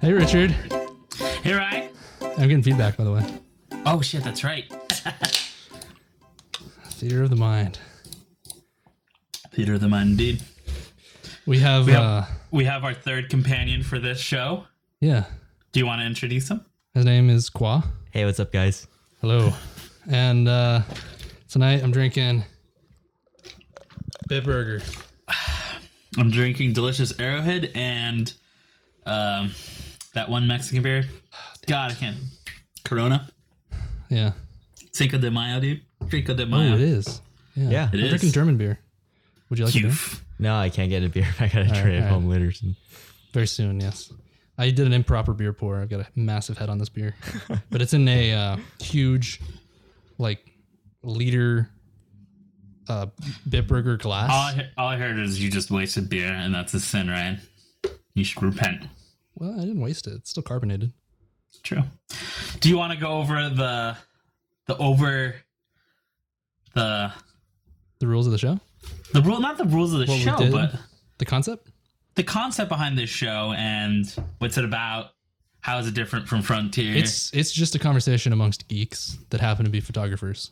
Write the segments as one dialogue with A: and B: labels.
A: Hey, Richard.
B: Here I.
A: I'm getting feedback, by the way.
B: Oh shit, that's right.
A: Theater of the mind.
B: Theater of the Mind, indeed.
A: We have,
B: have-
A: uh,
B: We have our third companion for this show.
A: yeah.
B: Do you want to introduce him?
A: His name is Qua.
C: Hey, what's up, guys?
A: Hello. And uh, tonight I'm drinking Bitburger.
B: I'm drinking delicious Arrowhead and um, that one Mexican beer. God, I can't. Corona.
A: Yeah.
B: Cinco de Mayo, dude. Cinco de
A: Oh,
B: Mayo.
A: it is. Yeah.
C: Yeah.
B: It
A: I'm
B: is.
A: drinking German beer. Would you like a beer?
B: You've-
C: No, I can't get a beer. I got to
A: right,
C: tray at
A: all right.
C: home later. So.
A: Very soon, yes. I did an improper beer pour. I've got a massive head on this beer, but it's in a uh, huge, like, liter uh, Bitburger glass.
B: All I, he- all I heard is you just wasted beer, and that's a sin, Ryan. You should repent.
A: well, I didn't waste it. It's still carbonated.
B: True. Do you want to go over the the over the
A: The rules of the show,
B: the rule? Not the rules of the
A: What we
B: show,
A: did?
B: but
A: the concept.
B: the concept behind this show and what's it about? How is it different from Frontier?
A: It's it's just a conversation amongst geeks that happen to be photographers.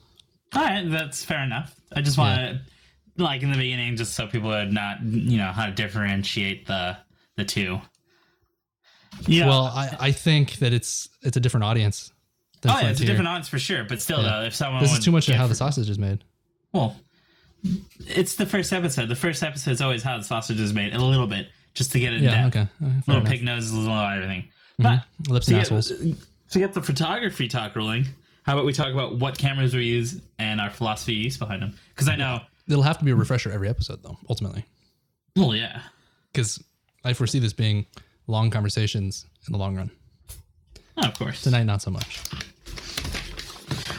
B: all right. That's fair enough. I just want to like in the beginning, just so people would not you know how to differentiate the the two. Yeah.
A: Well, I, I think that it's it's a different audience. Than
B: oh, yeah, it's a
A: Frontier.
B: different audience for sure. But still,
A: Yeah.
B: though, if someone
A: This
B: would
A: is too much of
B: get
A: how the sausage is made.
B: Well, it's the first episode. The first episode is always how the sausage is made, a little bit, just to get it.
A: Yeah.
B: down.
A: Okay. All right, fair
B: Little
A: enough. Mm-hmm.
B: pig uh, noses, little everything. But
A: Lips
B: to
A: and
B: get,
A: assholes.
B: to get the photography talk rolling, how about we talk about what cameras we use and our philosophy use behind them? Because I know,
A: It'll have to be a refresher every episode, though. Ultimately.
B: well, yeah,
A: because I foresee this being long conversations in the long run.
B: Oh, of course.
A: Tonight, not so much.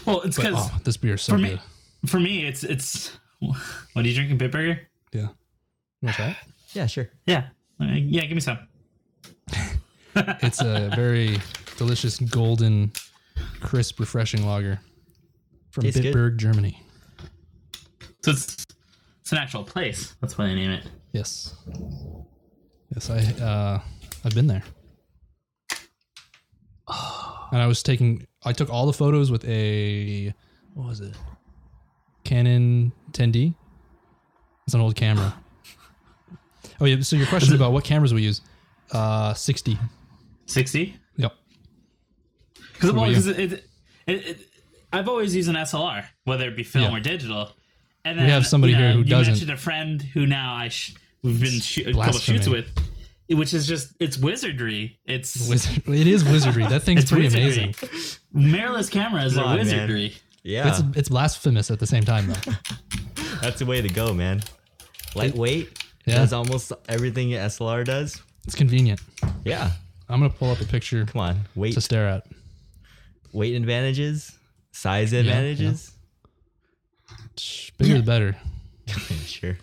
B: Well, it's because
A: Oh, this beer is so
B: for me-
A: good.
B: for me, it's it's. What are you drinking, Bitburger?
A: Yeah. You want to try
C: Yeah, sure.
B: Yeah, Uh, yeah, give me some.
A: it? It's a very delicious, golden, crisp, refreshing lager from
C: Tastes good.
A: Bitburg, Germany.
B: So it's it's an actual place. That's why they name it.
A: Yes. Yes, I uh, I've been there. And I was taking I took all the photos with a what was it? Canon 10D. It's an old camera. oh yeah, so your question about what cameras we use. Uh 60.
B: Sixty.
A: Yep.
B: Because well,
A: about
B: 'cause it, it, it, it, I've always used an SLR, whether it be film
A: Yeah.
B: or digital. And then,
A: have somebody
B: you
A: here who
B: you
A: doesn't.
B: mentioned a friend who now I sh- we've been shoot a couple
A: blasphemy.
B: shoots with, which is just it's wizardry. It's
A: Wizard, it is wizardry. That thing's
B: it's
A: pretty
B: wizardry.
A: amazing.
B: Mirrorless cameras
C: Come
B: are
C: on, man.
B: wizardry.
C: Yeah,
A: It's it's blasphemous at the same time though.
C: that's the way to go, man. Lightweight
A: Yeah.
C: does almost everything SLR does.
A: It's convenient.
C: Yeah,
A: I'm going to pull up a picture
C: come on. Weight,
A: to stare at.
C: weight advantages, size
A: yeah.
C: advantages.
A: Bigger the better.
C: sure.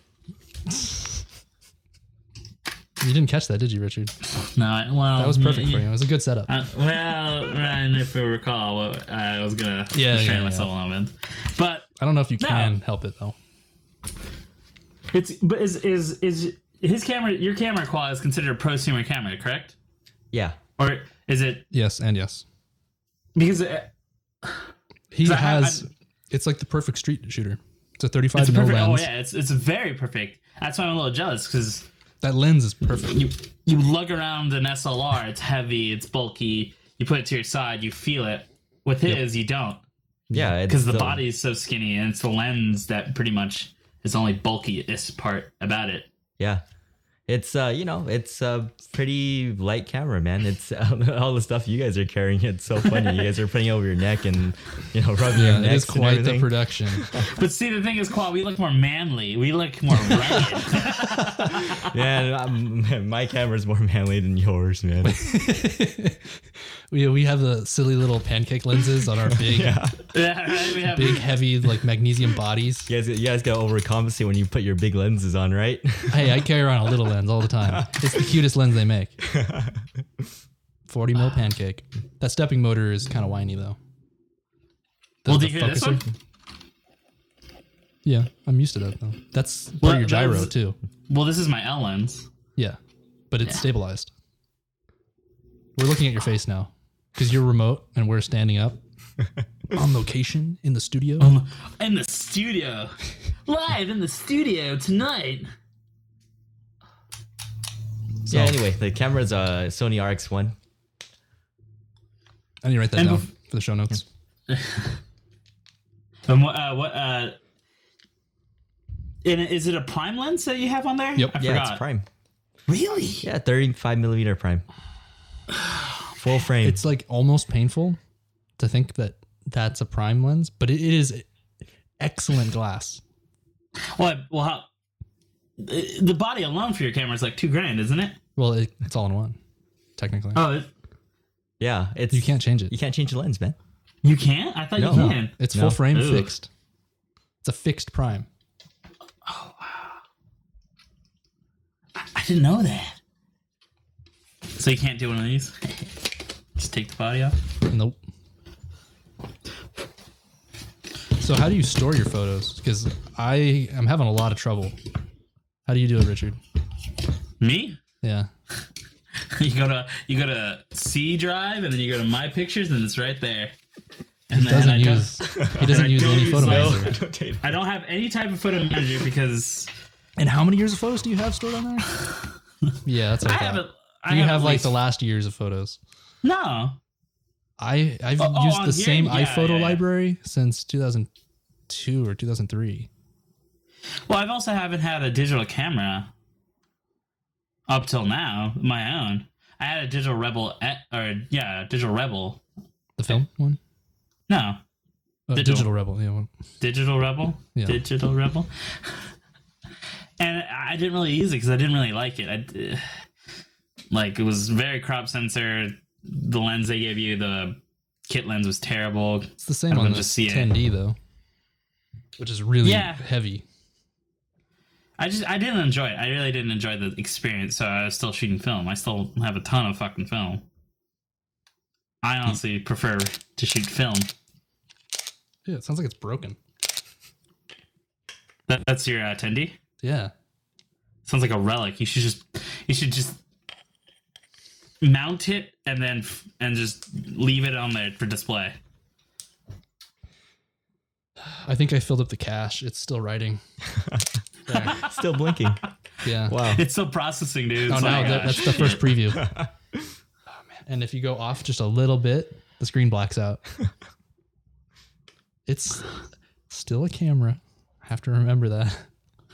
A: You didn't catch that, did you, Richard?
B: No, I- well,
A: That was perfect
B: y-
A: for you. It was a good setup.
B: Uh, well, Ryan, if you recall, what I was gonna
A: Yeah,
B: restrain
A: yeah,
B: myself a little bit, but
A: I don't know if you
B: No.
A: can help it though.
B: it's but is is is his camera your camera quality is considered a prosumer camera, correct?
C: Yeah.
B: Or is it
A: Yes, and yes.
B: because uh,
A: He
B: So I-
A: has.
B: I'm-
A: it's like the perfect street shooter. It's a 35
B: it's
A: mm
B: perfect? Oh
A: lens.
B: yeah, it's it's very perfect. That's why I'm a little jealous because
A: That lens is perfect.
B: you you lug around an SLR. It's heavy. It's bulky. You put it to your side. You feel it. With his, you don't
C: Yeah.
B: because the body is so skinny, and it's the lens that pretty much is the only bulkiest part about it.
C: Yeah. It's uh, you know, it's a pretty light camera, man. It's uh, all the stuff you guys are carrying. It's so funny. You guys are putting it over your neck and you know rubbing your
A: Yeah, it
C: neck.
A: is quite the production.
B: But see, the thing is, Qua, we look more manly. We look more rugged.
C: Yeah, um, my camera's more manly than yours, man.
A: we, we have the silly little pancake lenses on our big,
C: Yeah,
B: yeah, right? We have
A: big, heavy, like magnesium bodies.
C: you guys, you guys gotta overcompensate when you put your big lenses on, right?
A: Hey, I carry around a little lens all the time. It's the cutest lens they make. 40
B: Ah.
A: mil pancake. That stepping motor is kind of whiny though. The-
B: well, do
A: the
B: you hear this
A: focuser-
B: one?
A: Yeah, I'm used to that though. That's part
B: Well,
A: of your gyro
B: that's-
A: too.
B: Well, this is my L lens.
A: Yeah, but it's stabilized. We're looking at your face now because you're remote and we're standing up on location in the studio.
B: Oh in the studio, live in the studio tonight.
A: So,
C: Yeah. Anyway, the camera's a Sony RX1.
A: I need to write that
B: And
A: down
B: bef-
A: for the show notes.
B: And what? Uh, what? Uh, and is it a prime lens that you have on there?
A: Yep.
B: I
C: Yeah,
B: forgot.
C: it's prime.
B: Really?
C: Yeah, 35 millimeter prime. Full frame.
A: It's like almost painful to think that that's a prime lens, but it is excellent glass.
B: Well, I- well, how, the the body alone for your camera is like two grand, isn't it?
A: Well, it, it's all in one, technically.
B: Oh, it,
C: yeah, it's
A: you can't change it.
C: you can't change the lens, man.
B: you can't? I thought
C: No.
B: you
C: No.
B: can.
A: It's
C: No.
A: full frame
B: Ooh.
A: fixed. It's a fixed prime.
B: I didn't know that. So you can't do one of these. Just take the body off.
A: Nope. So how do you store your photos? Because I am having a lot of trouble. How do you do it, Richard?
B: Me?
A: Yeah.
B: You go to you go to C drive and then you go to my pictures and it's right there. And
A: He doesn't
B: I don't-
A: use he doesn't use
B: don't
A: any
B: use
A: photo
B: those.
A: manager.
B: I don't have any type of photo manager because
A: And how many years of photos do you have stored on there? yeah, that's what
B: I
A: I, thought.
B: haven't. I
A: you
B: have,
A: have
B: at
A: like
B: least-
A: the last years of photos.
B: no.
A: I I've
B: Oh, oh,
A: used
B: on
A: the
B: here?
A: same
B: Yeah,
A: iPhoto
B: yeah, yeah.
A: library since 2002 or 2003.
B: Well, I've also haven't had a digital camera up till now, my own. I had a digital rebel, e- or yeah, a digital rebel.
A: The film one?
B: No,
A: Oh,
B: Digital.
A: digital. Rebel. Yeah. One.
B: digital rebel,
A: Yeah.
B: digital rebel. and I didn't really use it because I didn't really like it. I, like it was very crop sensor. The lens they gave you, the kit lens was terrible.
A: It's the same
B: Everyone
A: on the
B: just see it.
A: 10D though, which is really
B: Yeah.
A: heavy.
B: I just I didn't enjoy it. I really didn't enjoy the experience. So I was still shooting film. I still have a ton of fucking film. I
A: Hmm.
B: honestly prefer to shoot film.
A: Yeah, it sounds like it's broken.
B: That, that's your uh, attendee.
A: Yeah.
B: Sounds like a relic. You should just you should just mount it and then f- and just leave it on there for display.
A: I think I filled up the cache. It's still writing. There.
C: Still blinking.
A: Yeah.
C: Wow.
B: It's still processing, dude.
A: Oh
B: It's
A: no,
B: like,
A: that,
B: uh,
A: that's the first preview. oh, man. And if you go off just a little bit, the screen blacks out. it's still a camera. I have to remember that.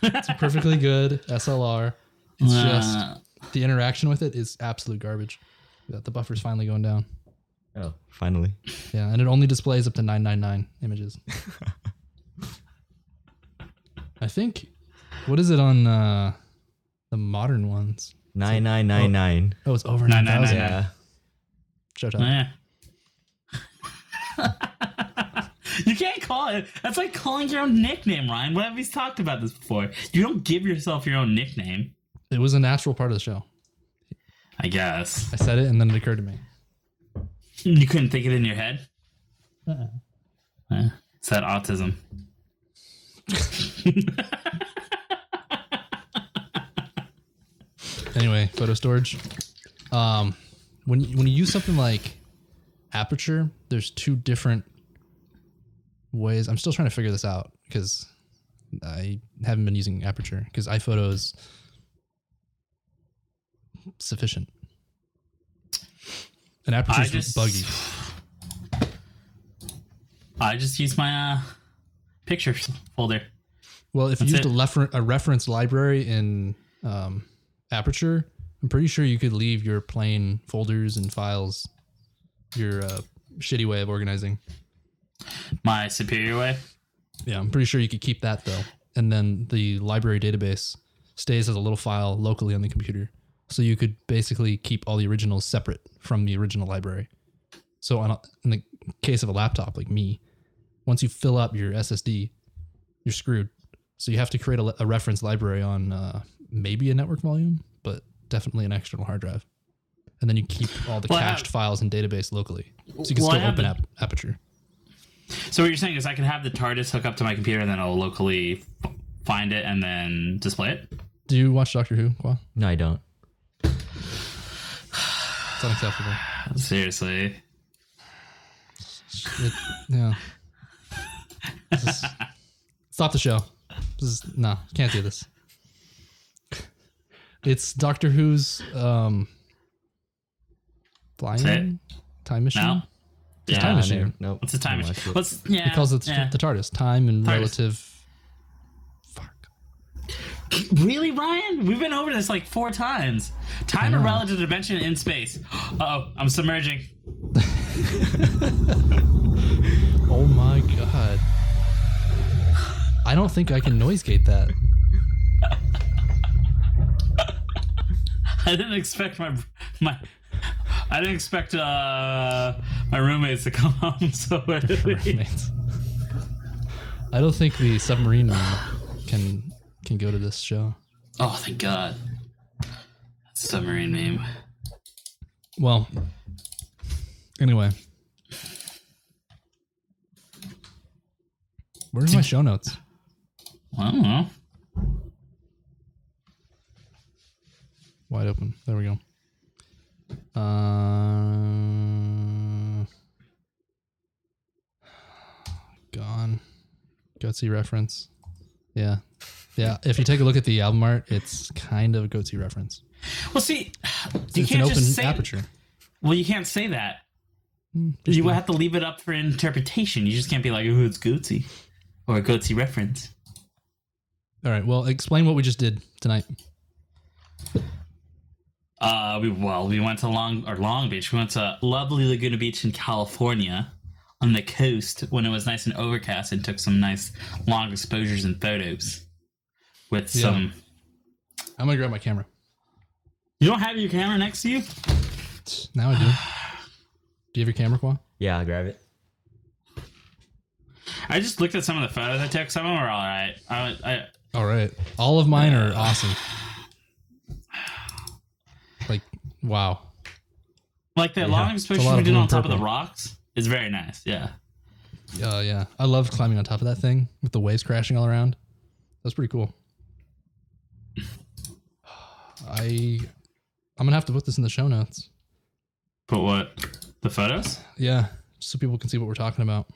A: It's a perfectly good SLR. It's just
B: uh,
A: the interaction with it is absolute garbage. Yeah, The buffer's finally going down.
C: Oh, finally.
A: Yeah, and it only displays up to 999 images. I think what is it on uh the modern ones?
C: 9999.
A: Oh, it's over
B: 9,999.
A: 9000. Showtime.
C: Yeah.
B: yeah. you can't call it. That's like calling your own nickname, Ryan. What have we talked about this before? You don't give yourself your own nickname.
A: It was a natural part of the show.
B: I guess
A: I said it and then it occurred to me.
B: you couldn't think it in your head. Uh-huh. Uh, it's that autism.
A: Anyway, photo storage. Um when you, when you use something like aperture, there's two different ways. I'm still trying to figure this out because I haven't been using aperture because iPhoto is sufficient. And aperture
B: I
A: is
B: just
A: buggy.
B: I just use my uh, pictures folder.
A: Well, if you used
B: it.
A: a, lefer- a reference library in um, Aperture, I'm pretty sure you could leave your plain folders and files your uh, shitty way of organizing.
B: My superior way.
A: Yeah, I'm pretty sure you could keep that though. And then the library database stays as a little file locally on the computer. So you could basically keep all the originals separate from the original library. So on a, in the case of a laptop like me, once you fill up your SSD, you're screwed. So you have to create a, le- a reference library on uh, maybe a network volume, but definitely an external hard drive. And then you keep all the
B: Well, I have-
A: cached files and database locally. So you can
B: Well, I
A: still open
B: have
A: app, Aperture.
B: So what you're saying is I can have the TARDIS hook up to my computer and then I'll locally f- find it and then display it.
A: Do you watch Doctor Who, Kwa?
C: No, I don't.
A: It's unacceptable.
B: Seriously.
A: It, yeah. This is- stop the show. This is, no, can't do this. It's Doctor Who's um, flying
B: Say it.
A: time machine.
B: No. Yeah.
A: Mm. time
C: I
A: machine.
C: never- Nope.
B: What's the time
C: Never
B: machine?
C: watched it.
B: What's yeah?
A: He calls it the-
B: yeah.
A: the TARDIS. Time and
B: TARDIS.
A: relative. Fuck.
B: really, Brian? We've been over this like four times. Time and relative dimension in space. Oh, I'm submerging.
A: Oh my god. I don't think I can noise gate that.
B: I didn't expect my my. I didn't expect uh, my roommates to come home so early.
A: Roommates. I don't think the submarine man can can go to this show.
B: Oh, thank God. Submarine meme.
A: Well, anyway. Where's my show notes?
B: Well, I don't know.
A: Wide open. There we go. Uh, gone. Gutsy reference. Yeah. Yeah. If you take a look at the album art, it's kind of a Gutsy reference.
B: Well, see, you
A: it's an
B: can't
A: open
B: just say.
A: aperture.
B: Well, you can't say that.
A: Hmm,
B: You would have to leave it up for interpretation. You just can't be like, "Ooh, it's Gucci," or a Gucci reference.
A: All right. Well, explain what we just did tonight.
B: Uh, we well, we went to Long or Long Beach. We went to lovely Laguna Beach in California, on the coast when it was nice and overcast, and took some nice long exposures and photos with
A: Yeah.
B: some.
A: I'm going to grab my camera.
B: You don't have your camera next to you.
A: Now I do. Do you have your camera, Qua?
C: Yeah, I'll grab it.
B: I just looked at some of the photos I took. Some of them were all right. I, I
A: All right. All of mine are awesome. Like, wow.
B: like that long exposure
A: lot
B: we
A: of
B: did
A: blue
B: on
A: and
B: top of the
A: purple.
B: rocks. It's very nice. Yeah.
A: Oh, yeah. I loved climbing on top of that thing with the waves crashing all around. That's pretty cool. I. I'm gonna have to put this in the show notes.
B: But what? The photos?
A: Yeah, just so people can see what we're talking about.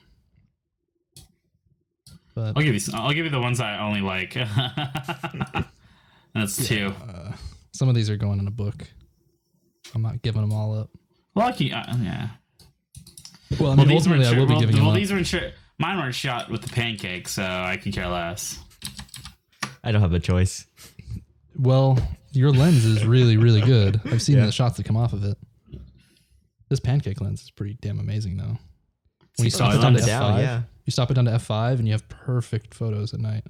A: But
B: I'll give you. Some, I'll give you the ones I only like. That's two.
A: some of these are going in a book. I'm not giving them all up.
B: Well, I can, uh, yeah.
A: Well, I
B: Well,
A: mean,
B: these weren't.
A: ultimately, I
B: Sure,
A: will be
B: well,
A: giving
B: well,
A: them up.
B: these weren't sure. Mine weren't shot with the pancake, so I can care less.
C: I don't have a choice.
A: Well, your lens is really, really good. I've seen the shots that come off of it. This pancake lens is pretty damn amazing, though. When you stop
B: I
A: it down to
C: love
A: F5,
C: it down, yeah.
A: you stop it down to F5, and you have perfect photos at night.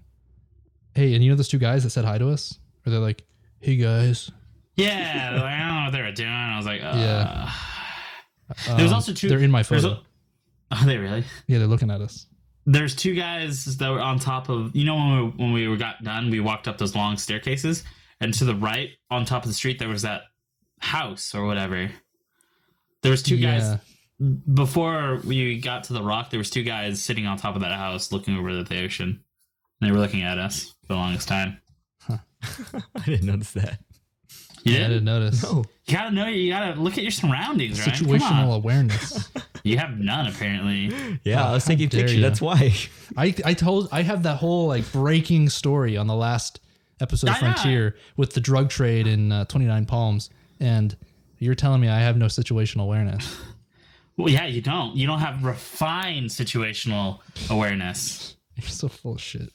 A: Hey, and you know those two guys that said hi to us? Or they're like, "Hey guys."
B: Yeah, like, I don't know what they were doing. I was like, uh,
A: Yeah.
B: There's
A: Um,
B: also two.
A: They're in my
B: there's
A: photo.
B: a- are they really?
A: yeah, they're looking at us.
B: There's two guys that were on top of. You know when we, when we were got done, we walked up those long staircases, and to the right on top of the street there was that house or whatever. There was two
A: Yeah.
B: guys before we got to the rock. There was two guys sitting on top of that house looking over the ocean. And they were looking at us for the longest time.
C: I didn't notice that.
B: You
A: I
B: did?
A: didn't notice.
C: No.
B: You gotta know. You gotta look at your surroundings, right? Come
A: Situational
B: on.
A: awareness.
B: You have none apparently.
C: Yeah, I was taking
A: dare
C: pictures.
A: ya.
C: That's why.
A: I I told I have that whole like breaking story on the last episode of
B: I know.
A: Frontier with the drug trade in uh, Twenty Nine Palms, and you're telling me I have no situational awareness.
B: Well, yeah, you don't. You don't have refined situational awareness.
A: You're so full of shit.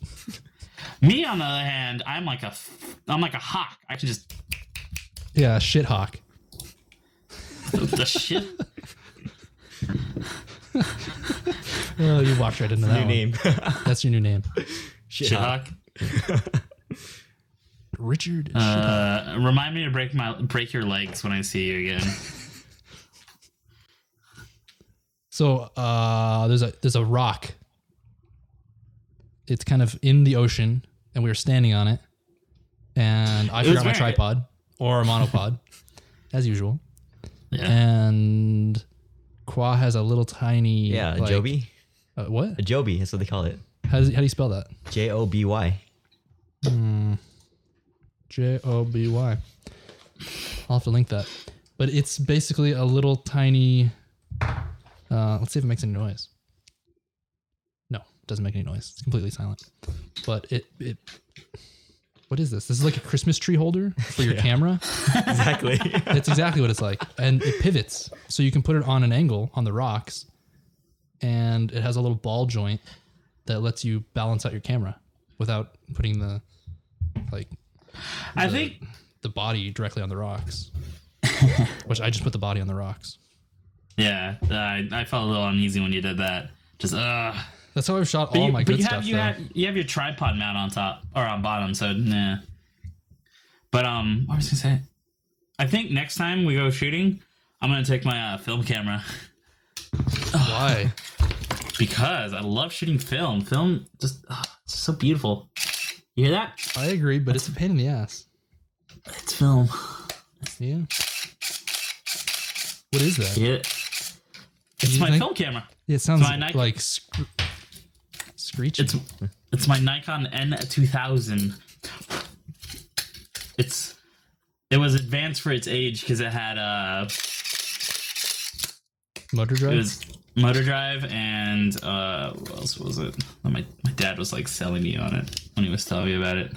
B: Me, on the other hand, I'm like a, f- I'm like a hawk. I can just
A: Yeah, shit hawk.
B: the shit.
A: Oh, you walked right into that.
C: New
A: one.
C: name.
A: That's your new name,
C: Shit.
B: Shit hawk.
A: Richard.
B: Uh, remind me to break my break your legs when I see you again.
A: So uh, there's a there's a rock. It's kind of in the ocean, and we were standing on it, and I
B: was
A: forgot my
B: very-
A: tripod or a monopod, as usual.
B: Yeah.
A: And Qua has a little tiny
C: Yeah,
A: like-
C: Joby.
A: Uh, what?
C: Joby, that's what they call it.
A: How, does, how do you spell that?
C: J O B Y.
A: J O B Y. I'll have to link that. but it's basically a little tiny. Uh, let's see if it makes any noise. No, it doesn't make any noise. It's completely silent. But it it. What is this? This is like a Christmas tree holder for your camera.
C: exactly.
A: That's exactly what it's like, and it pivots, so you can put it on an angle on the rocks, and it has a little ball joint that lets you balance out your camera without putting the like
B: I think
A: the body directly on the rocks. Which I just put the body on the rocks.
B: yeah, I, I felt a little uneasy when you did that. Just uh
A: That's how I've shot all
B: you,
A: my
B: but
A: good
B: you have
A: stuff.
B: you
A: though.
B: have you have your tripod mount on top or on bottom, so nah. But um, what was I gonna say? I think next time we go shooting, I'm gonna take my uh, film camera
A: Why?
B: because I love shooting film. Film just uh, it's so beautiful. You hear that?
A: I agree, but it's a pain in the ass.
B: It's film.
A: Yeah. What is that?
B: Yeah, it's
A: you
B: my
A: think-
B: film camera.
A: It sounds
B: my Nike-
A: like scr- screeching.
B: It's it's my Nikon N2000. It's it was advanced for its age because it had uh
A: motor drive.
B: It was Motor Drive and uh, what else was it? Oh, My my dad was like selling me on it when he was telling me about it.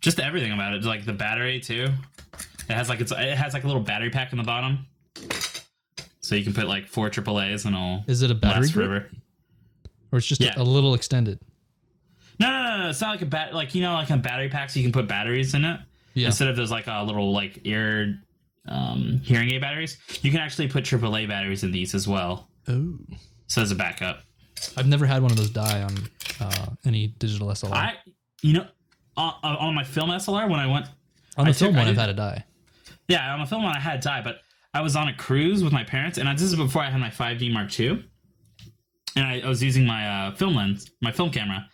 B: Just everything about it, like the battery too. It has like it's it has like a little battery pack in the bottom, so you can put like four AAA's and all.
A: is it a battery
B: last
A: grip,
B: forever.
A: or it's just
B: Yeah.
A: a, a little extended?
B: No, no, no, no, it's not like a bat. Like you know, like a battery pack, so you can put batteries in it
A: Yeah.
B: instead of those like uh, little like ear um, hearing aid batteries. You can actually put AAA batteries in these as well,
A: oh,
B: so as a backup.
A: I've never had one of those die on uh, any digital SLR.
B: I, you know, on, on my film SLR when I went,
A: on the
B: I
A: film one,
B: took- I
A: I've
B: didn't-
A: had a die.
B: yeah, on the film one I had die, but I was on a cruise with my parents, and I, this is before I had my 5D Mark II, and I, I was using my uh, film lens, my film camera,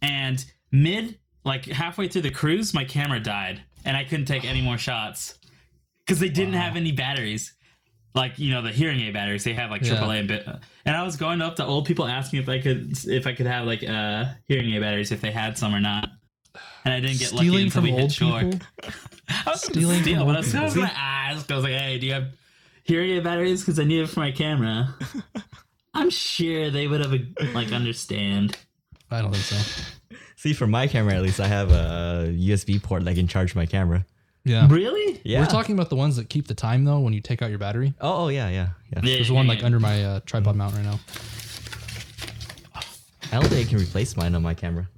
B: and mid, like halfway through the cruise, my camera died, and I couldn't take any more shots because they didn't have any batteries. Like you know the hearing aid batteries, they have like
A: Yeah.
B: AAA and bit. And I was going up to old people asking if I could if I could have like uh hearing aid batteries if they had some or not. And I didn't get lucky
A: Stealing
B: until
A: from
B: we hit
A: old
B: shore.
A: people.
B: I was
A: Stealing
B: stealing steal,
A: from old
B: but I was, I was
A: people.
B: gonna ask. I was like, "Hey, do you have hearing aid batteries? Because I need it for my camera." I'm sure they would have like understand.
A: I don't think so.
C: See, for my camera at least, I have a USB port that can charge my camera.
A: Yeah.
B: Really?
C: Yeah.
A: We're talking about the ones that keep the time though when you take out your battery.
C: Oh, oh yeah, yeah, yeah.
A: There's one like under my uh, tripod mount right now.
C: I don't think it can replace mine on my camera.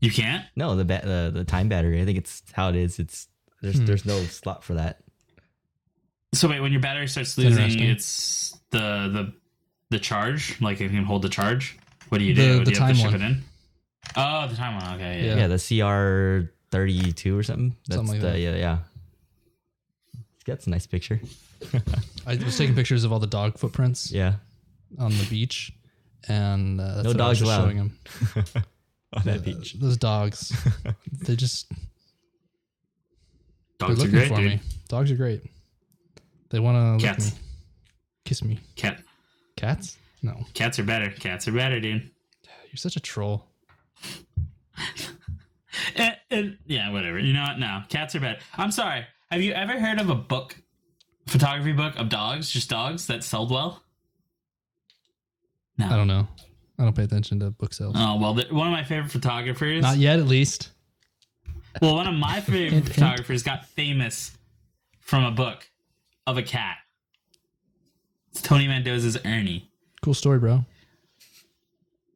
B: You can't.
C: No, the ba- the, the time battery. I think it's how it is. It's there's
A: Hmm.
C: there's no slot for that.
B: So wait, when your battery starts losing,
A: interesting.
B: it's the the the charge. Like it can hold the charge. What do you
A: The-
B: do?
A: the
B: do you
A: time
B: have to ship
A: one.
B: it in? Oh, the time one. Okay. Yeah.
A: Yeah.
C: Yeah, the CR thirty two or something. That's
A: Something like
C: the,
A: that.
C: Yeah, yeah. That's a nice picture.
A: I was taking pictures of all the dog footprints
C: Yeah.
A: on the beach, and uh, that's
C: No
A: what I was
C: dogs
A: just
C: allowed.
A: showing him.
C: On that
A: Those dogs, they just they're
B: Dogs are
A: looking
B: great,
A: for
B: dude.
A: me. Dogs are great. They want to lick me,
B: Cats.
A: kiss me.
B: Cat.
A: Cats? No,
B: Cats are better. Cats are better, dude.
A: you're such a troll.
B: Eh, eh, yeah, whatever. You know what? No, cats are bad. I'm sorry. Have you ever heard of a book, photography book of dogs, just dogs that sold well?
A: I don't know. I don't pay attention to book sales.
C: Uh,
B: Oh well, the, one of my favorite photographers.
A: Not yet, at least.
B: Well, one of my favorite
A: Hint, hint.
B: photographers got famous from a book of a cat. It's Tony Mendoza's Ernie.
A: Cool story, bro.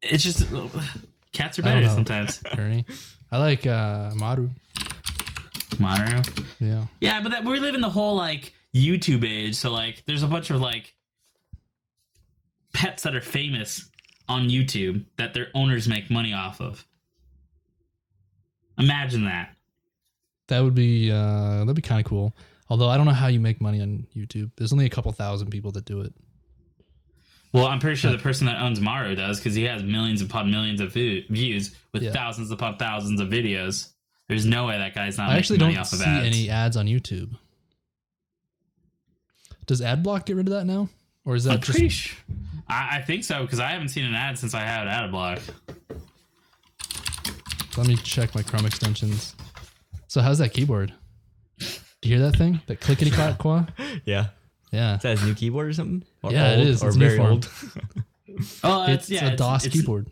B: It's just cats are
A: I don't
B: better
A: know.
B: sometimes.
A: Ernie. I like uh, Maru.
B: Mario.
A: Yeah.
B: Yeah, but that, we live in the whole like YouTube age, so like there's a bunch of like pets that are famous on YouTube that their owners make money off of. Imagine that.
A: That would be uh, that'd be kind of cool. Although I don't know how you make money on YouTube. There's only a couple thousand people that do it.
B: Well, I'm pretty sure the person that owns Mario does because he has millions upon millions of vi- views with
A: Yeah.
B: thousands upon thousands of videos. There's no way that guy's not
A: I
B: making
A: actually
B: money
A: don't
B: off
A: see
B: of ads.
A: any ads on YouTube. Does AdBlock get rid of that now, or is that
B: I'm
A: just
B: pretty sure. I, I think so because I haven't seen an ad since I had Adblock.
A: Let me check my Chrome extensions. So how's that keyboard? Do you hear that thing? That clickety clack qua?
C: Yeah.
A: Yeah.
C: Is that his new keyboard or something? Or
A: Yeah, it
C: old,
A: is.
C: Or
A: It's new
C: very
A: for him.
C: old.
B: Oh,
A: It's
B: it's, yeah,
A: a
B: it's-
A: DOS
B: it's-
A: keyboard.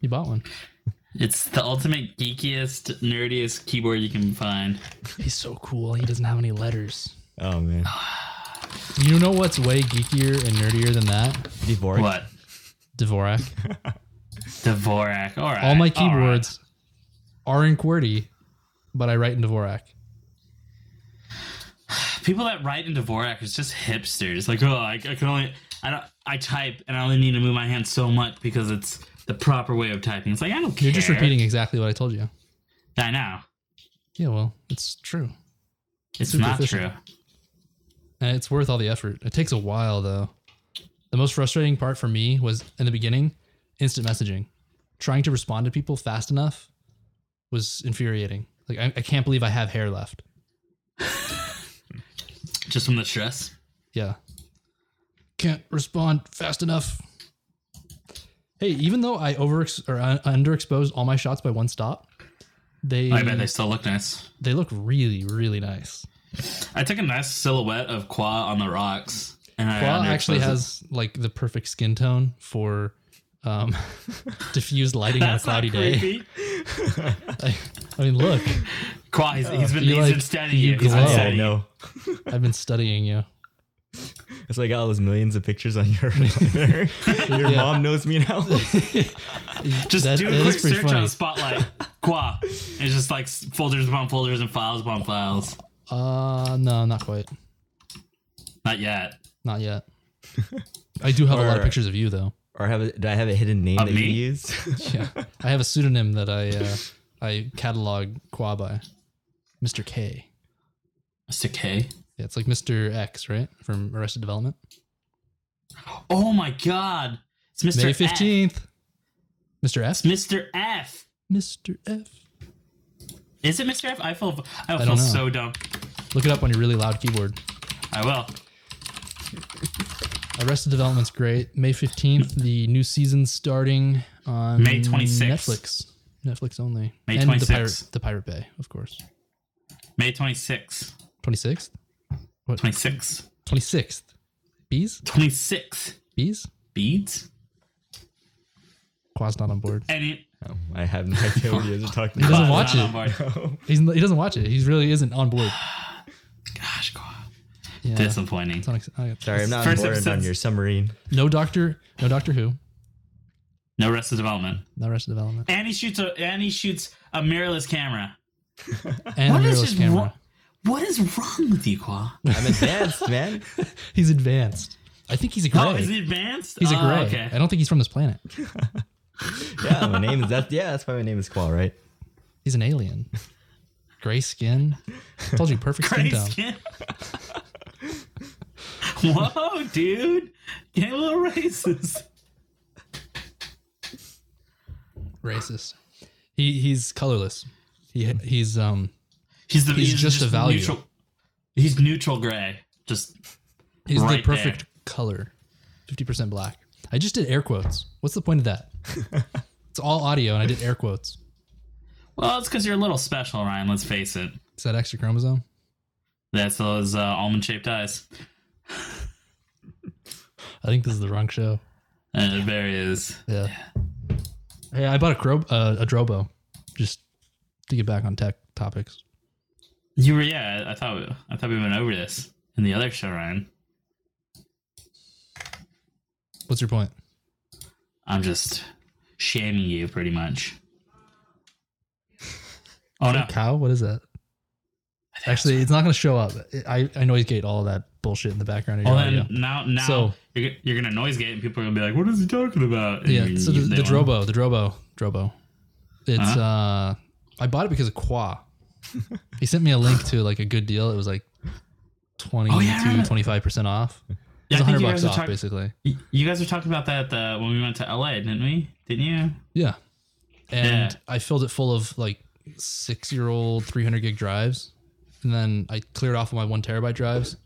A: you bought one.
B: It's the ultimate geekiest, nerdiest keyboard you can find.
A: He's so cool. He doesn't have any letters.
C: Oh man.
A: You know what's way geekier and nerdier than that?
C: Dvorak.
B: What?
A: Dvorak.
B: Dvorak. All right.
A: All my
B: all right.
A: keyboards are in QWERTY, but I write in Dvorak.
B: People that write in Dvorak is just hipsters. Like, oh, I, I can only, I don't, I type and I only need to move my hand so much because it's the proper way of typing. It's like I don't care.
A: You're just repeating exactly what I told you.
B: I know.
A: Yeah, well, it's true.
B: It's
A: Super
B: not
A: efficient.
B: true.
A: And it's worth all the effort. It takes a while, though. The most frustrating part for me was in the beginning instant messaging. Trying to respond to people fast enough was infuriating. Like, I, I can't believe I have hair left.
B: Just from the stress.
A: Yeah. Can't respond fast enough. Hey, even though I over or un- underexposed all my shots by one stop, they
B: I bet they still look nice.
A: they look really really nice.
B: I took a nice silhouette of Qua on the rocks. And I
A: Qua
B: underexposed
A: actually
B: it.
A: has like the perfect skin tone for um, diffused lighting on a
B: That's not
A: cloudy day.
B: creepy.
A: I, I mean, look,
B: Qua, he's, he's been,
A: You
B: he's
A: like-
B: been studying
A: you
B: you. He's been
A: glow.
C: Yeah, I
B: studying you.
C: know.
A: I've been studying you.
C: It's like all those millions of pictures on your. your mom knows me now.
B: Just
A: That-
B: do
A: that
B: a
A: is
B: quick
A: pretty
B: search
A: funny.
B: on Spotlight. Qua. It's just like s- folders upon folders and files upon files.
A: Uh, no, not quite,
B: Not yet.
A: not yet. I do have a lot of
C: Or-
A: pictures of you though.
C: Or have a, do I have a hidden name
B: Of
C: that
B: me?
C: you use?
A: yeah. I have a pseudonym that I uh, I catalog qua by, Mr. K.
B: Mr. K.
A: Yeah, it's like Mr. X, right? From Arrested Development.
B: Oh my god. It's Mr.
A: May
B: F.
A: fifteenth. Mr. F.
B: Mr. F.
A: Mr. F.
B: Is it Mr. F? I feel I,
A: don't
B: feel
A: know.
B: so dumb.
A: Look it up on your really loud keyboard.
B: I will.
A: Arrested Development's great. May fifteenth, the new season starting on
B: May 26th.
A: Netflix. Netflix only.
B: May
A: and the
B: 26th.
A: pirate, the Pirate Bay, of course.
B: May 26th.
A: Twenty sixth.
B: 26th.
A: Twenty sixth. Bees.
B: 26th.
A: Bees.
B: Beads?
A: Qua's not on board.
B: Any.
C: Oh, I have no idea what you guys are talking
A: He doesn't
B: Qua's
C: about.
A: watch it.
B: not on board.
A: He's, he doesn't watch it. He really isn't on board.
B: Gosh, Qua.
A: Yeah.
B: Disappointing.
A: It's unex- I-
C: Sorry, I'm not on
B: First
C: board on
B: episode's-
C: your submarine.
A: No Doctor, no Doctor Who,
B: No rest of development.
A: no Rest of Development,
B: And he shoots a and he shoots a mirrorless camera.
A: and
B: What is
A: mirrorless
B: his
A: camera.
B: ro- What is wrong with you, Qua?
C: I'm advanced, man.
A: He's advanced. I think he's a gray.
B: Oh, is he advanced?
A: he's a
B: Oh,
A: gray.
B: okay.
A: I don't think he's from this planet.
C: Yeah, my name is that. Yeah, that's why my name is Qual, right?
A: He's an alien. Gray skin. I told you, perfect
B: Gray
A: skin tone.
B: skin. Whoa, dude. Getting a little racist.
A: Racist. He he's colorless. He he's um
B: He's the
A: He's just a value.
B: Neutral, he's neutral gray. Just
A: he's
B: Right
A: the perfect color. Fifty percent black. I just did air quotes. What's the point of that? it's all audio, and I did air quotes.
B: well, it's because you're a little special, Ryan. Let's face it.
A: Is that extra chromosome?
B: That's those uh, almond shaped eyes.
A: I think this is the wrong show.
B: And it very Uh, is.
A: Yeah. Hey, I bought a cro- uh, a Drobo just to get back on tech topics.
B: You were yeah. I thought I thought we went over this in the other show, Ryan.
A: What's your point?
B: I'm just shaming you pretty much. Oh no!
A: Cow? What is that? Actually, it's not going to show up. I, I noise gate all that bullshit in the background. Of your
B: Well
A: audio.
B: then now now
A: So-
B: you're, g- you're gonna noise gate and people are gonna be like, what is he talking about? And
A: yeah.
B: you-
A: So the,
B: they
A: the
B: won't-
A: Drobo, the Drobo, Drobo. It's uh
B: Uh-huh.
A: I bought it because of Qua. he sent me a link to like a good deal. It was like 20
B: Oh, yeah, I
A: to
B: remember.
A: 25% off.
B: Yeah,
A: It was
B: I think
A: 100
B: you
A: bucks
B: guys are
A: off
B: talk-
A: basically.
B: Y- You guys were talking about that uh, when we went to LA, didn't we? Didn't you?
A: Yeah. And
B: Yeah.
A: I filled it full of like six year old 300 gig drives. And then I cleared off my one terabyte drives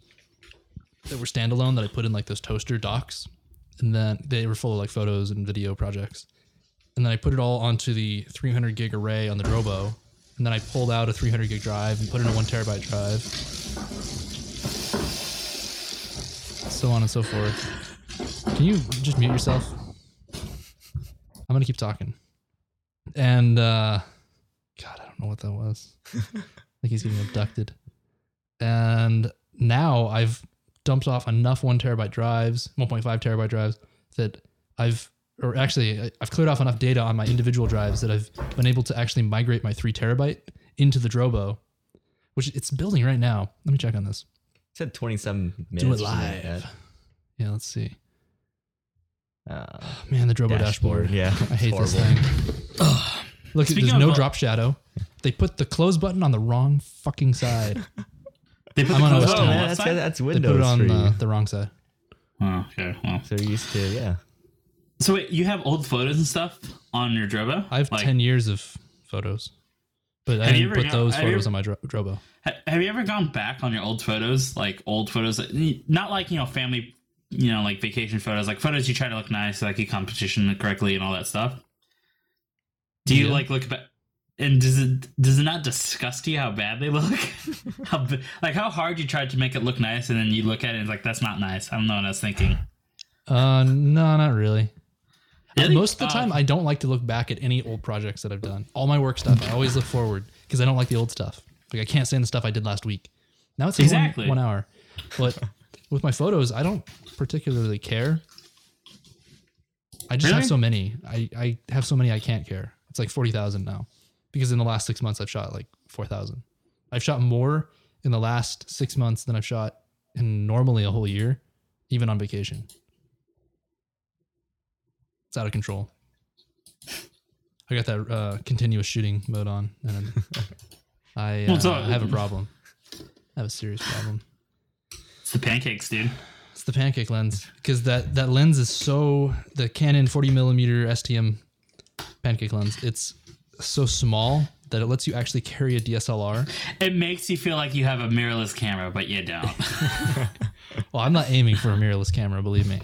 A: that were standalone that I put in like those toaster docks. And then they were full of like photos and video projects. And then I put it all onto the 300 gig array on the Drobo and then I pulled out a 300 gig drive and put in a one terabyte drive, so on and so forth. Can you just mute yourself? I'm gonna keep talking. And uh, God, I don't know what that was. like he's getting abducted. And now I've dumped off enough one terabyte drives, 1.5 terabyte drives that I've, or actually, I- I've cleared off enough data on my individual drives that I've been able to actually migrate my three terabyte into the Drobo, which it's building right now. Let me check on this.
C: said 27 minutes.
A: Do it
C: or something like
A: live.
C: that.
A: Yeah, let's see.
C: Uh,
A: Man, the Drobo dashboard.
C: dashboard. Yeah.
A: I hate
C: it's
A: this thing. Look,
B: Speaking
A: there's no
B: of- uh,
A: drop shadow. They put the close button on the wrong fucking side.
B: They put
A: I'm
B: the
A: on
B: clothes
A: OS
B: on
A: ten.
B: the
C: Oh, man,
B: left
C: that's,
B: side?
C: that's
A: They put
C: Windows
A: it on
C: for you.
A: uh, the wrong side.
B: Oh, okay. Well,
C: so you're used to, yeah.
B: so wait, you have old photos and stuff on your Drobo?
A: I have
B: Like,
A: ten years of photos, but I
B: Have you
A: didn't
B: ever
A: put
B: gone-
A: those
B: have you
A: photos
B: ever-
A: on my dro- Drobo.
B: ha- have you ever gone back on your old photos, like old photos, that- not like you know family, you know, like vacation photos, like photos you try to look nice, like you competition correctly and all that stuff? Do you
A: Yeah.
B: like look back? And does it does it not disgust you how bad they look? how b- like how hard you tried to make it look nice, and then you look at it and it's like that's not nice. I don't know what I was thinking.
A: Uh, no, not really.
B: Really?
A: Most of the
B: Uh,
A: time, I don't like to look back at any old projects that I've done. All my work stuff, I always look forward because I don't like the old stuff. Like I can't stand the stuff I did last week. Now it's
B: Exactly.
A: exactly one, one hour, but with my photos, I don't particularly care. I just
B: Really?
A: have so many. I, I have so many I can't care. It's like forty thousand now, because in the last six months I've shot like four thousand. I've shot more in the last six months than I've shot in normally a whole year, even on vacation. It's out of control. I got that uh, continuous shooting mode on, and I'm- I
B: Well,
A: uh,
B: it's all-
A: have a problem. I have a serious problem.
B: it's the pancakes, dude.
A: It's the pancake lens because that that lens is so the Canon 40 millimeter STM pancake lens. It's so small that it lets you actually carry a DSLR.
B: It makes you feel like you have a mirrorless camera, but you don't.
A: Well, I'm not aiming for a mirrorless camera, believe me.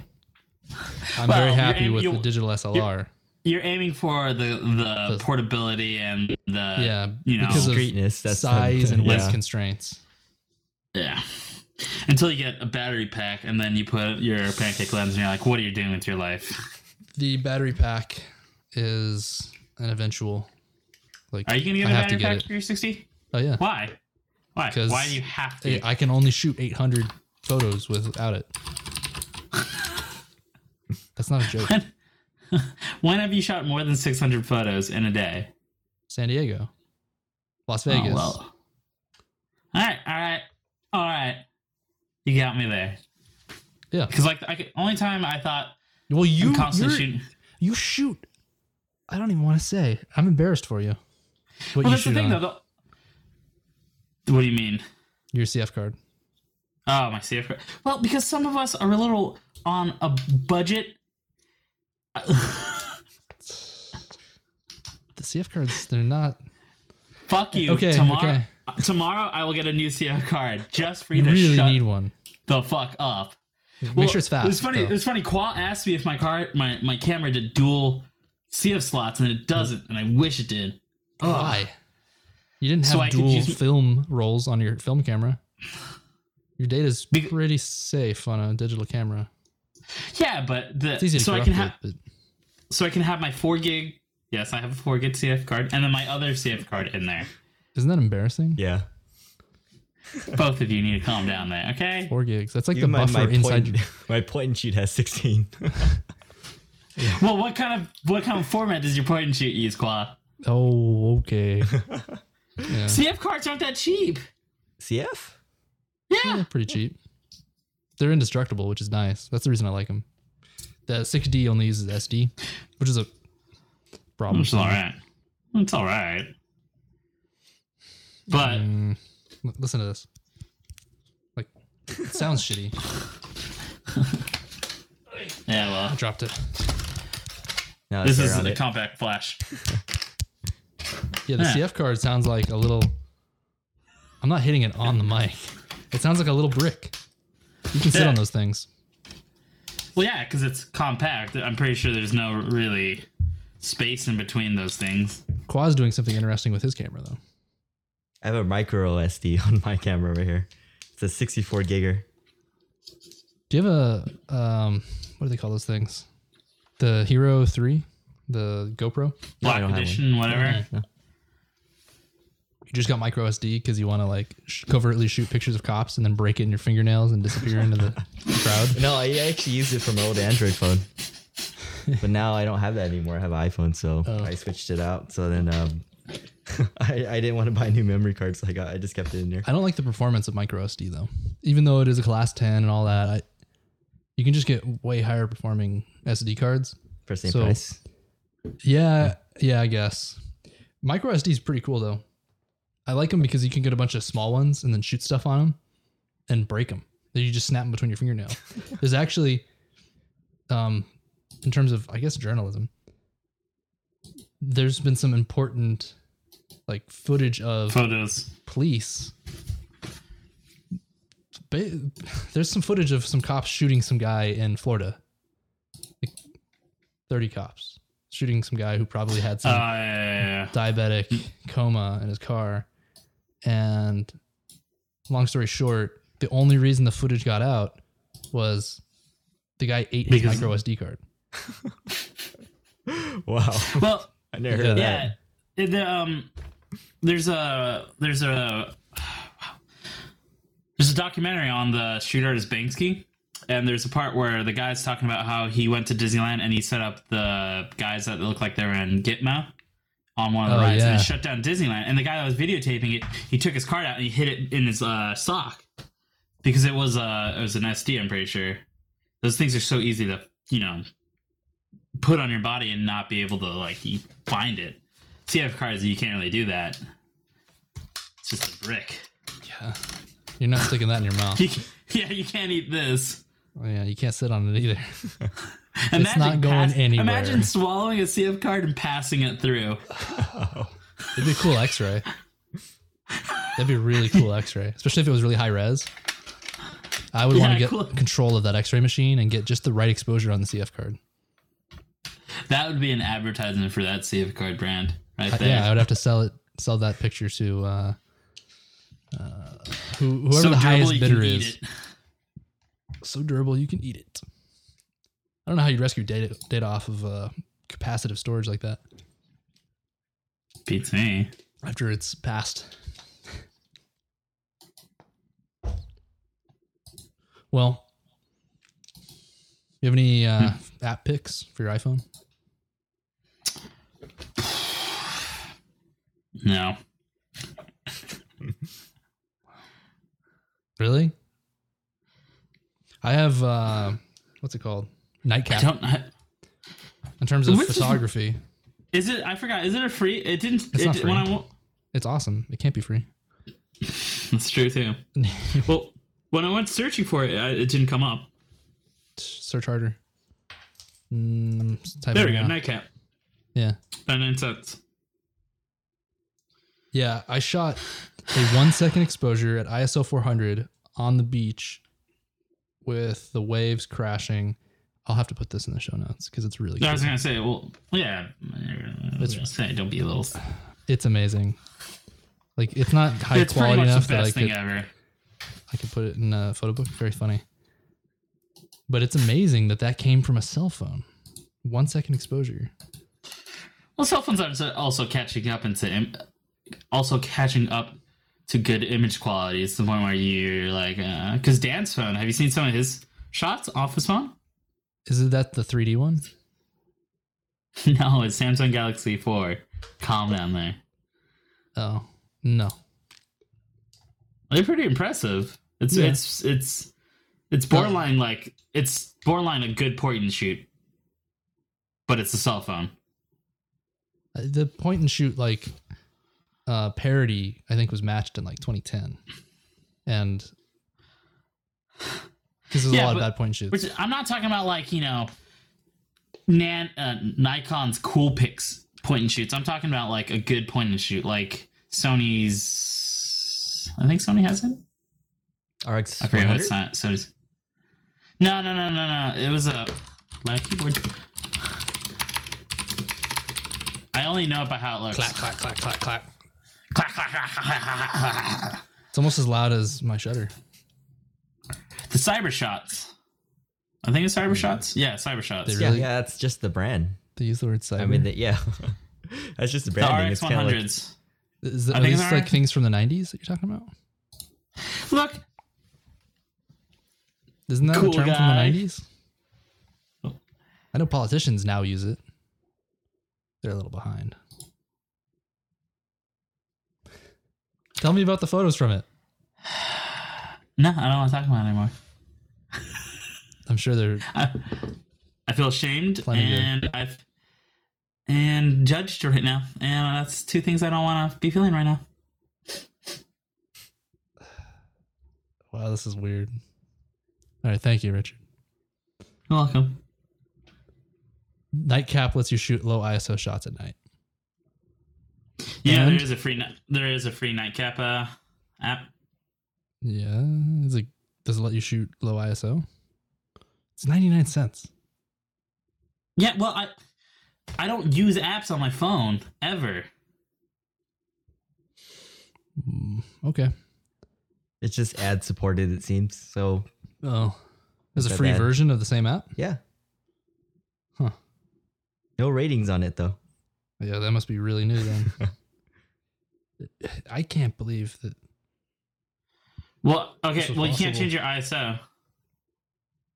A: I'm
B: Well,
A: very
B: you're
A: happy
B: aim-
A: with
B: you-
A: the digital SLR.
B: You're aiming for the the portability and the
A: Yeah,
B: you know
A: because of
C: Discreteness. That's
A: size and
C: yeah.
A: lens constraints.
B: yeah. Until you get a battery pack, and then you put your pancake lens, and you're like, "What are you doing with your life?
A: The battery pack is an eventual. Like,
B: Are you gonna get
A: I
B: a
A: have to
B: battery
A: get
B: pack
A: it.
B: for your 60?
A: Oh yeah,
B: Why? Why?
A: 'Cause
B: Why do you have to?
A: Hey, I can only shoot 800 photos without it. That's not a joke.
B: when have you shot more than 600 photos in a day?
A: San Diego, Las Vegas.
B: Oh, well. All right, all right, all right. You got me there.
A: Yeah.
B: Because like, I could, only time I thought
A: Well,
B: you
A: you
B: I'm constantly
A: you're-
B: shooting.
A: you shoot. I don't even want to say. I'm embarrassed for you. What
B: Well,
A: you
B: that's the
A: shoot
B: thing,
A: on
B: though. the- what do you mean?
A: your CF card.
B: Oh, my CF card. Well, because some of us are a little on a budget.
A: The CF cards, they're not.
B: Fuck you.
A: Okay,
B: Tomorrow,
A: okay.
B: tomorrow I will get a new CF card just for you
A: You
B: to
A: really
B: shut
A: need one.
B: the fuck up.
A: Make
B: Well,
A: sure it's fast.
B: It was funny.
A: though.
B: It was funny. Qual asked me if my card, my my camera did dual CF slots, and it doesn't, and I wish it did. Ugh.
A: Why? Oh. You didn't have
B: So I could
A: dual
B: use-
A: film rolls on your film camera. Your data's
B: Bec-
A: pretty safe on a digital camera.
B: Yeah, but the
A: It's easy to
B: so I
A: corrupt
B: can have
A: it, but
B: so I can have my four gig. Yes, I have a four gig CF card, and then my other CF card in there.
A: isn't that embarrassing?
C: Yeah.
B: Both of you need to calm down there, okay?
A: Four gigs. That's like
C: You
A: the
C: mind
A: buffer inside.
C: Point, my point and shoot has 16.
B: Well, what kind of what kind of format does your point and shoot use, Qua?
A: Oh, okay. Yeah,
B: CF cards aren't that cheap.
C: CF?
B: Yeah.
A: they're pretty cheap. They're indestructible, which is nice. That's the reason I like them. The 6D only uses SD, which is a problem.
B: It's all right. It's all right. But
A: Mm, l- listen to this. Like, it sounds shitty.
B: yeah, well,
A: I dropped it.
C: No,
B: this
C: it's
B: is
C: around
B: a
C: it.
B: compact flash.
A: Yeah, the
B: Yeah.
A: CF card sounds like a little. I'm not hitting it on the mic. It sounds like a little brick. You can sit
B: Yeah.
A: on those things.
B: Well, yeah, because it's compact. I'm pretty sure there's no really space in between those things.
A: Qua's doing something interesting with his camera though.
C: I have a micro SD on my camera right here. It's a 64 giger.
A: Do you have a um what do they call those things? The Hero 3, the GoPro?
C: I
B: Black
C: don't have
B: edition, whatever.
A: You just got micro SD because you want to like sh- covertly shoot pictures of cops and then break it in your fingernails and disappear into the crowd.
C: No, I actually used it for my old Android phone. but now I don't have that anymore. I have an iPhone, so I switched it out. So then um, I, I didn't want to buy new memory cards. So I got I just kept it in there.
A: I don't like the performance of micro SD though. Even though it is a class 10 and all that, I, you can just get way higher performing SD cards.
C: For same
A: so-
C: price.
A: Yeah, yeah, I guess. Micro SD is pretty cool though. I like them because you can get a bunch of small ones and then shoot stuff on them and break them. You just snap them between your fingernails. There's actually, um, in terms of I guess journalism, there's been some important like footage of
B: Photos.
A: police. Ba- There's some footage of some cops shooting some guy in Florida. Like 30 cops shooting some guy who probably had
B: Uh,
A: some
B: yeah,
A: diabetic coma in his car. And long story short, the only reason the footage got out was the guy ate his
B: Because-
A: micro SD card.
C: Wow.
B: Uh, well,
C: I never heard of
B: yeah.
C: that.
B: it- the, um, there's a there's a wow. there's a documentary on the street artist Banksy, and there's a part where the guy's talking about how he went to Disneyland and he set up the guys that look like they're in Gitmo on one of the
A: Oh,
B: rides and
A: yeah.
B: it shut down Disneyland. And the guy that was videotaping it, he took his card out and he hid it in his uh, sock because it was uh, it was an SD. I'm pretty sure those things are so easy to you know put on your body and not be able to like you find it. CF cards, you can't really do that. It's just a brick.
A: Yeah. You're not sticking that in your mouth. Oh,
B: You can- yeah, you can't eat this.
A: Yeah, you can't sit on it either.
B: Imagine
A: not going anywhere.
B: Imagine swallowing a CF card and passing it through.
A: It'd be a cool X-ray. That'd be a really cool X-ray, especially if it was really high res. I would want
B: Yeah,
A: to get
B: cool.
A: control of that X-ray machine and get just the right exposure on the CF card.
B: That would be an advertisement for that CF card brand right
A: I-
B: there.
A: Uh, yeah, I would have to sell it, sell that picture to uh, uh, who, whoever
B: So
A: the
B: durable
A: highest
B: you can
A: bidder
B: eat
A: is.
B: it.
A: So durable you can eat it. I don't know how you rescue data data off of uh, capacitive storage like that
B: Beats me.
A: after it's passed. Well, you have any uh,
B: Hmm.
A: app picks for your iPhone?
B: No.
A: Really? I have uh, what's it called?
B: I
A: Nightcap.
B: don't. I-
A: In terms of
B: Which is-
A: photography,
B: is it? I forgot. Is it a free? It didn't.
A: It's
B: it,
A: not
B: di-
A: free.
B: When I, wa-
A: it's awesome. It can't be free.
B: that's true too. Well, when I went searching for it, I, it didn't come up.
A: Search harder. Mm, type
B: There
A: it
B: we go.
A: now.
B: Nightcap.
A: Yeah.
B: And incense.
A: Yeah, I shot a one second exposure at ISO 400 on the beach with the waves crashing. I'll have to put this in the show notes because it's really
B: I
A: cool.
B: was gonna say, well, yeah. I was gonna say, don't be a little.
A: It's amazing. Like it's not high
B: it's pretty
A: quality
B: much
A: enough
B: the
A: that I
B: best
A: could
B: thing ever.
A: I could put it in a photo book. Very funny. But it's amazing that that came from a cell phone. One second exposure.
B: Well, cell phones are also catching up into, im- also catching up to good image quality. It's the point where you're like, because Dan's phone. Have you seen some of his shots off his phone?
A: Is that the 3D one?
B: No, it's Samsung Galaxy Four. Calm down there.
A: Oh no.
B: They're pretty impressive. It's
A: Yeah.
B: it's it's it's borderline like it's borderline a good point and shoot, but it's a cell phone.
A: Uh, the point and shoot like uh parody i think was matched in like 2010 and because there's
B: Yeah,
A: a lot
B: but-
A: of bad point and shoots
B: Which I'm not talking about like you know, Nan uh, Nikon's cool picks point and shoots. I'm talking about like a good point and shoot, like Sony's. I think Sony has it.
C: RX
B: I forget what it's not. Sony's. No, no, no, no, no. It was a my keyboard. I only know about how it looks.
A: clack clack clack clack clack
B: Clack, clack, clack, clack, clack, clack, clack.
A: It's almost as loud as my shutter.
B: The cyber shots. I think it's cyber shots. Yeah, cyber shots.
A: They
C: Yeah,
A: Really?
C: yeah, that's just the brand.
A: They use the word cyber.
C: I mean, the, yeah, that's just Hmm. the
B: The
C: branding.
B: RX
C: it's kind of like,
B: 100s.
A: Is,
B: I
A: are
B: think
A: these like
B: they're alright.
A: things from the 90s that you're talking about?
B: Look,
A: Isn't that
B: Cool
A: a term
B: guy. Oh.
A: from the 90s? I know politicians now use it. They're a little behind. Tell me about the photos from it.
B: no, I don't want to talk about it anymore.
A: I'm sure they're
B: I, I feel ashamed
A: Plenty good.
B: and I've and judged right now, and that's two things I don't want to be feeling right now.
A: wow, this is weird. All right, thank you, Richard.
B: You're welcome.
A: Nightcap lets you shoot low ISO shots at night.
B: Yeah,
A: And?
B: there is a free ni- there is a free nightcap uh, app.
A: Yeah, is it does it let you shoot low ISO? It's 99 cents.
B: Yeah, well, I I don't use apps on my phone ever.
A: Mm, Okay.
C: it's just ad supported. It seems so.
A: Oh, there's a
C: that
A: free
C: bad.
A: version of the same app.
C: Yeah.
A: Huh.
C: No ratings on it though.
A: Yeah, that must be really new then. I can't believe that.
B: Well,
A: This
B: okay,
A: was
B: well you can't
A: possible.
B: change your ISO.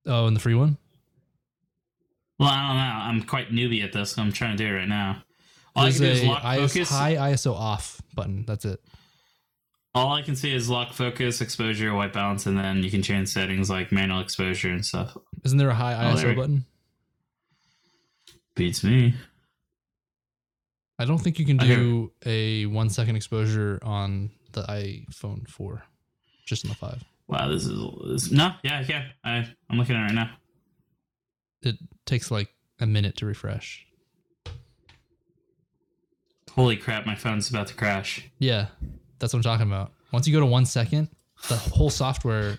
A: Oh, and the free one.
B: Well, I don't know. I'm quite newbie at this. So I'm trying to do it right now. All I
A: There's
B: can do is
A: a
B: lock
A: IS
B: focus.
A: high ISO off button. That's it.
B: All I can see is lock focus, exposure, white balance, and then you can change settings like manual exposure and stuff.
A: Isn't there a high
B: Oh, there we
A: ISO
B: go.
A: button?
B: Beats me.
A: I don't think you can
B: I hear
A: do a one second exposure on the iPhone 4, just on the 5.
B: Wow, this is this, no, yeah, yeah. I I'm looking at it right now.
A: It takes like a minute to refresh.
B: Holy crap, my phone's about to crash.
A: Yeah, that's what I'm talking about. Once you go to one second, the whole software,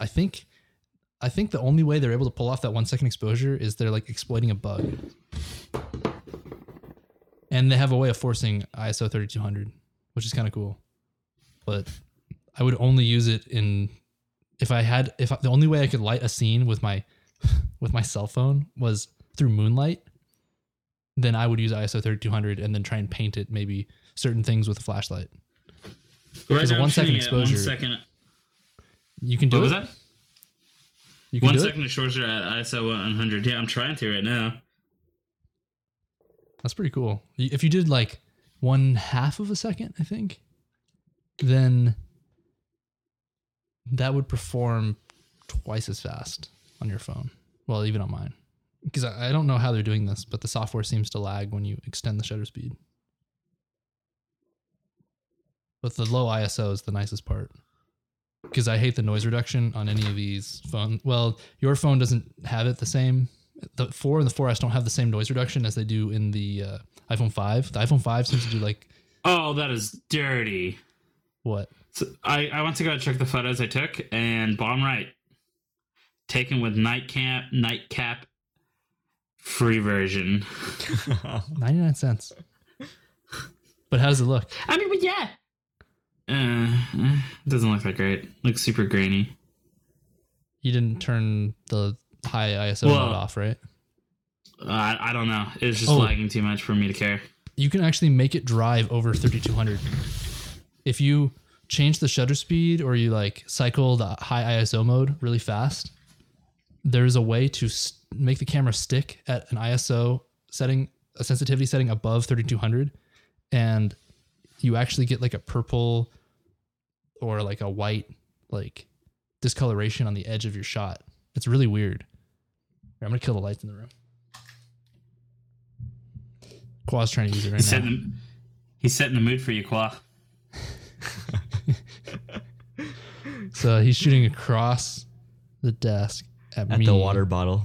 A: I think, I think the only way they're able to pull off that one second exposure is they're like exploiting a bug, and they have a way of forcing ISO 3200, which is kind of cool. But I would only use it in if I had if I, the only way I could light a scene with my with my cell phone was through moonlight. Then I would use ISO 3200 and then try and paint it maybe certain things with a flashlight.
B: Right
A: There's a
B: now, I'm
A: one-second
B: shooting at
A: exposure.
B: One second.
A: You can do
B: What
A: it.
B: was that?
A: You can
B: One
A: do
B: second exposure at ISO 100. Yeah, I'm trying to right now.
A: it. That's pretty cool. Y- If you did like one half of a second, I think, then that would perform twice as fast on your phone. Well, even on mine. Because I, I don't know how they're doing this, but the software seems to lag when you extend the shutter speed. But the low ISO is the nicest part. Because I hate the noise reduction on any of these phone. Well, your phone doesn't have it the same. The four and the 4S don't have the same noise reduction as they do in the uh, iPhone 5. The iPhone 5 seems to do like
B: Oh, that is dirty.
A: what?
B: So I, I went to go check the photos I took, and bottom right, taken with nightcap, nightcap, free version.
A: 99 cents. But how does it look?
B: I mean, but yeah. Uh, eh, doesn't look that great. Looks super grainy.
A: You didn't turn the high ISO
B: Well-
A: mode off, right?
B: Uh, I, I don't know. It's just
A: Oh.
B: lagging too much for me to care.
A: you can actually make it drive over 3200 if you change the shutter speed or you like cycle the high iso mode really fast there's a way to s make the camera stick at an iso setting a sensitivity setting above 3200 and you actually get like a purple or like a white like discoloration on the edge of your shot it's really weird Here, i'm gonna kill the lights in the room Qua's trying to use it right
B: He's
A: now.
B: setting, the, he's setting the mood for you, Qua.
A: So he's shooting across the desk at,
C: At
A: me,
C: the water bottle.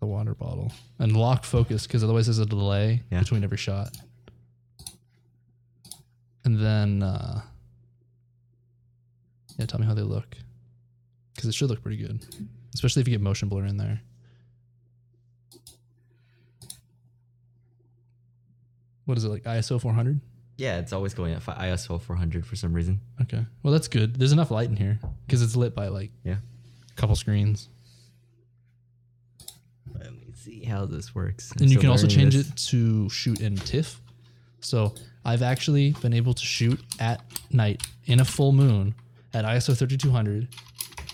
A: the water bottle, and lock focus because otherwise there's a delay
C: Yeah.
A: between every shot. And then, uh, yeah, tell me how they look because it should look pretty good, especially if you get motion blur in there. What is it like ISO 400?
C: Yeah, it's always going at fi- ISO 400 for some reason.
A: Okay. Well, that's good. There's enough light in here because it's lit by like
C: Yeah.
A: a couple screens.
C: Let me see how this works.
A: and you can also change it to shoot in TIFF. So I've actually been able to shoot at night in a full moon at ISO 3200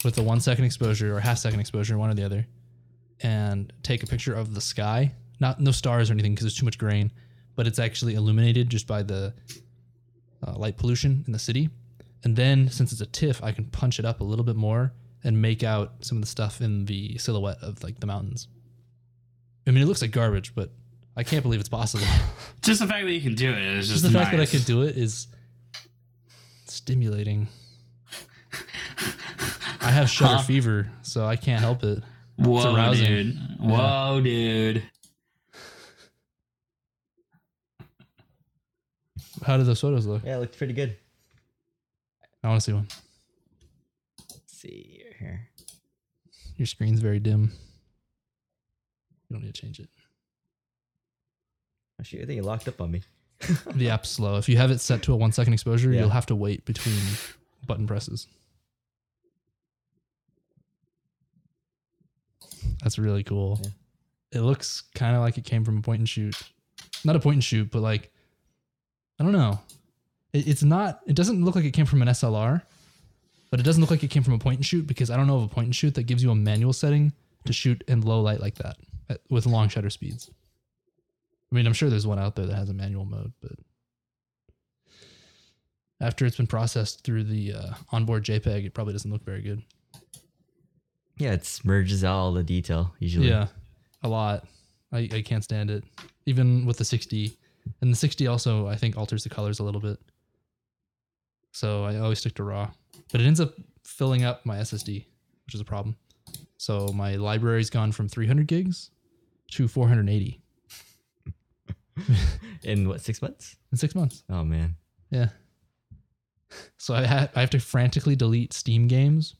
A: with the one second exposure or half second exposure, one or the other, and take a picture of the sky. Not no stars or anything because there's too much grain, but it's actually illuminated just by the uh, light pollution in the city. And then since it's a TIFF, I can punch it up a little bit more and make out some of the stuff in the silhouette of like the mountains. I mean, it looks like garbage, but I can't believe it's possible.
B: Just the fact that you can do it is just
A: Just the
B: nice.
A: fact that I could do it is stimulating. I have shutter
B: Huh.
A: fever, so I can't help it.
B: Whoa,
A: arousing.
B: dude! Whoa, dude!
A: How do those photos look?
C: Yeah, it looked pretty good.
A: I want to see one.
C: Let's see here.
A: Your screen's very dim. You don't need to change it.
C: Oh, shoot, I think it locked up on me.
A: The app's slow. If you have it set to a one second exposure,
C: Yeah.
A: you'll have to wait between button presses. That's really cool. It
C: Yeah.
A: looks kind of like it came from a point and shoot. Not a point and shoot, but like, I don't know. It, it's not, it doesn't look like it came from an SLR, but it doesn't look like it came from a point and shoot because I don't know of a point and shoot that gives you a manual setting to shoot in low light like that at- with long shutter speeds. I mean, I'm sure there's one out there that has a manual mode, but after it's been processed through the uh, onboard JPEG, it probably doesn't look very good.
C: Yeah, it merges out all the detail usually.
A: Yeah, a lot. I, I can't stand it, even with the 60. And the 60 also, I think, alters the colors a little bit. So I always stick to RAW. But it ends up filling up my SSD, which is a problem. So my library's gone from 300 gigs to 480
C: In what six months?
A: in six months.
C: Oh man.
A: Yeah. So I have, I have to frantically delete Steam games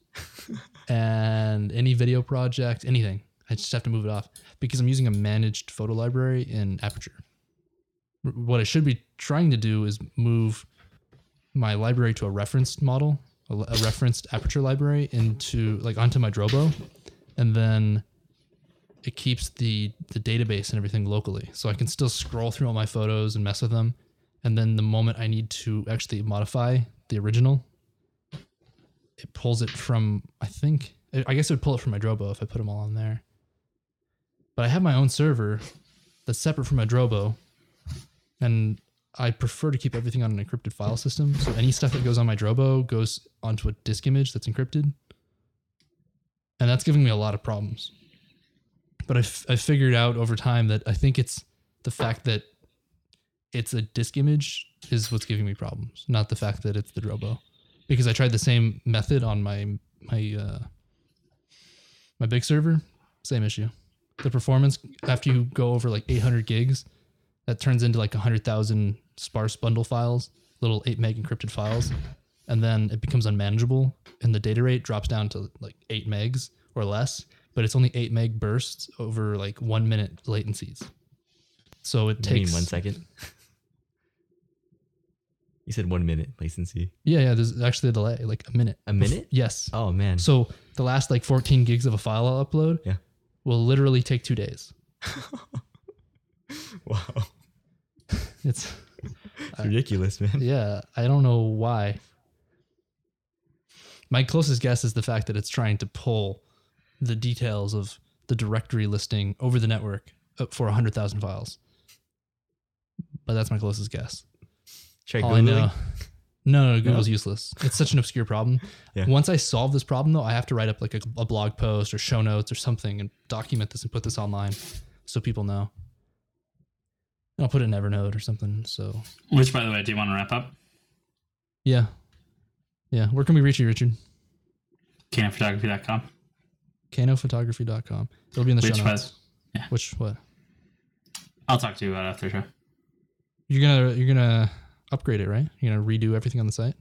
A: and any video project, anything. I just have to move it off because I'm using a managed photo library in Aperture. R- What I should be trying to do is move my library to a referenced model, a, l- a referenced Aperture library into like onto my Drobo, and then it keeps the the database and everything locally, so I can still scroll through all my photos and mess with them. And then the moment I need to actually modify the original, it pulls it from, I think, I I guess it would pull it from my Drobo if I put them all on there. But I have my own server that's separate from my Drobo. And I prefer to keep everything on an encrypted file system. So any stuff that goes on my Drobo goes onto a disk image that's encrypted. And that's giving me a lot of problems. But I, f- I figured out over time that I think it's the fact that it's a disk image is what's giving me problems, not the fact that it's the Drobo. Because I tried the same method on my my uh, my big server, same issue. The performance after you go over like 800 gigs, that turns into like 100,000 sparse bundle files, little 8 meg encrypted files, and then it becomes unmanageable and the data rate drops down to like 8 megs or less, but it's only 8 meg bursts over like 1 minute latencies. So it
C: You mean
A: takes
C: one second? you said one minute latency.
A: Yeah, yeah. There's actually a delay, like a minute.
C: A minute?
A: Yes.
C: Oh man.
A: So the last like 14 gigs of a file I'll upload
C: Yeah.
A: will literally take two days.
C: wow.
A: It's
C: It's ridiculous, man.
A: yeah. I don't know why. My closest guess is the fact that it's trying to pull the details of the directory listing over the network uh, for 100,000 files. But that's my closest guess.
C: Try
A: All Oh, I know.
C: Googling.
A: No, no, Google's useless. It's such an obscure problem.
C: Yeah.
A: Once I solve this problem, though, I have to write up like a, a blog post or show notes or something and document this and put this online so people know. And I'll put it in Evernote or something. So,
B: Which, by the way, do you want to wrap up?
A: yeah. Yeah. Where can we reach you, Richard?
B: Canonphotography.com.
A: Canophotography.com. It'll be in the
B: Which
A: show
B: was-
A: notes.
B: yeah.
A: Which, what?
B: I'll talk to you about it after the show.
A: You're going to, you're going to upgrade it, right? You're going to redo everything on the site?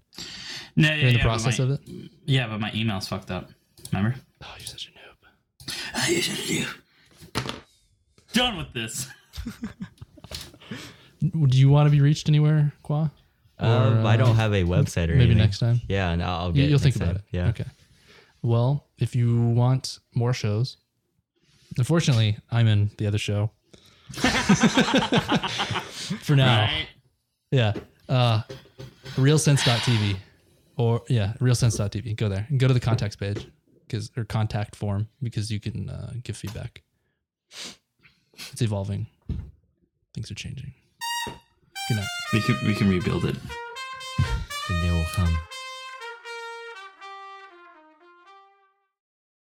B: No, yeah,
A: You're in the
B: yeah,
A: process
B: but my,
A: of it?
B: Yeah, but my email's fucked up. Remember?
A: Oh, you're such a noob.
B: I usually do. Done with this.
A: Do you want to be reached anywhere, Qua?
C: Um,
A: Or,
C: I
A: uh,
C: don't have a website or
A: maybe
C: anything.
A: next time?
C: Yeah, and I'll I'll
A: You-
C: get.
A: You'll
C: next
A: think about
C: time.
A: it.
C: Yeah.
A: Okay. Well, if you want more shows, unfortunately, I'm in the other show. For now.
B: Right?
A: Yeah. Uh, realsense.tv or yeah, realsense.tv. Go there and go to the contacts page because or contact form because you can uh, give feedback. It's evolving. Things are changing. Good night.
B: We can we can rebuild it.
C: And they will come.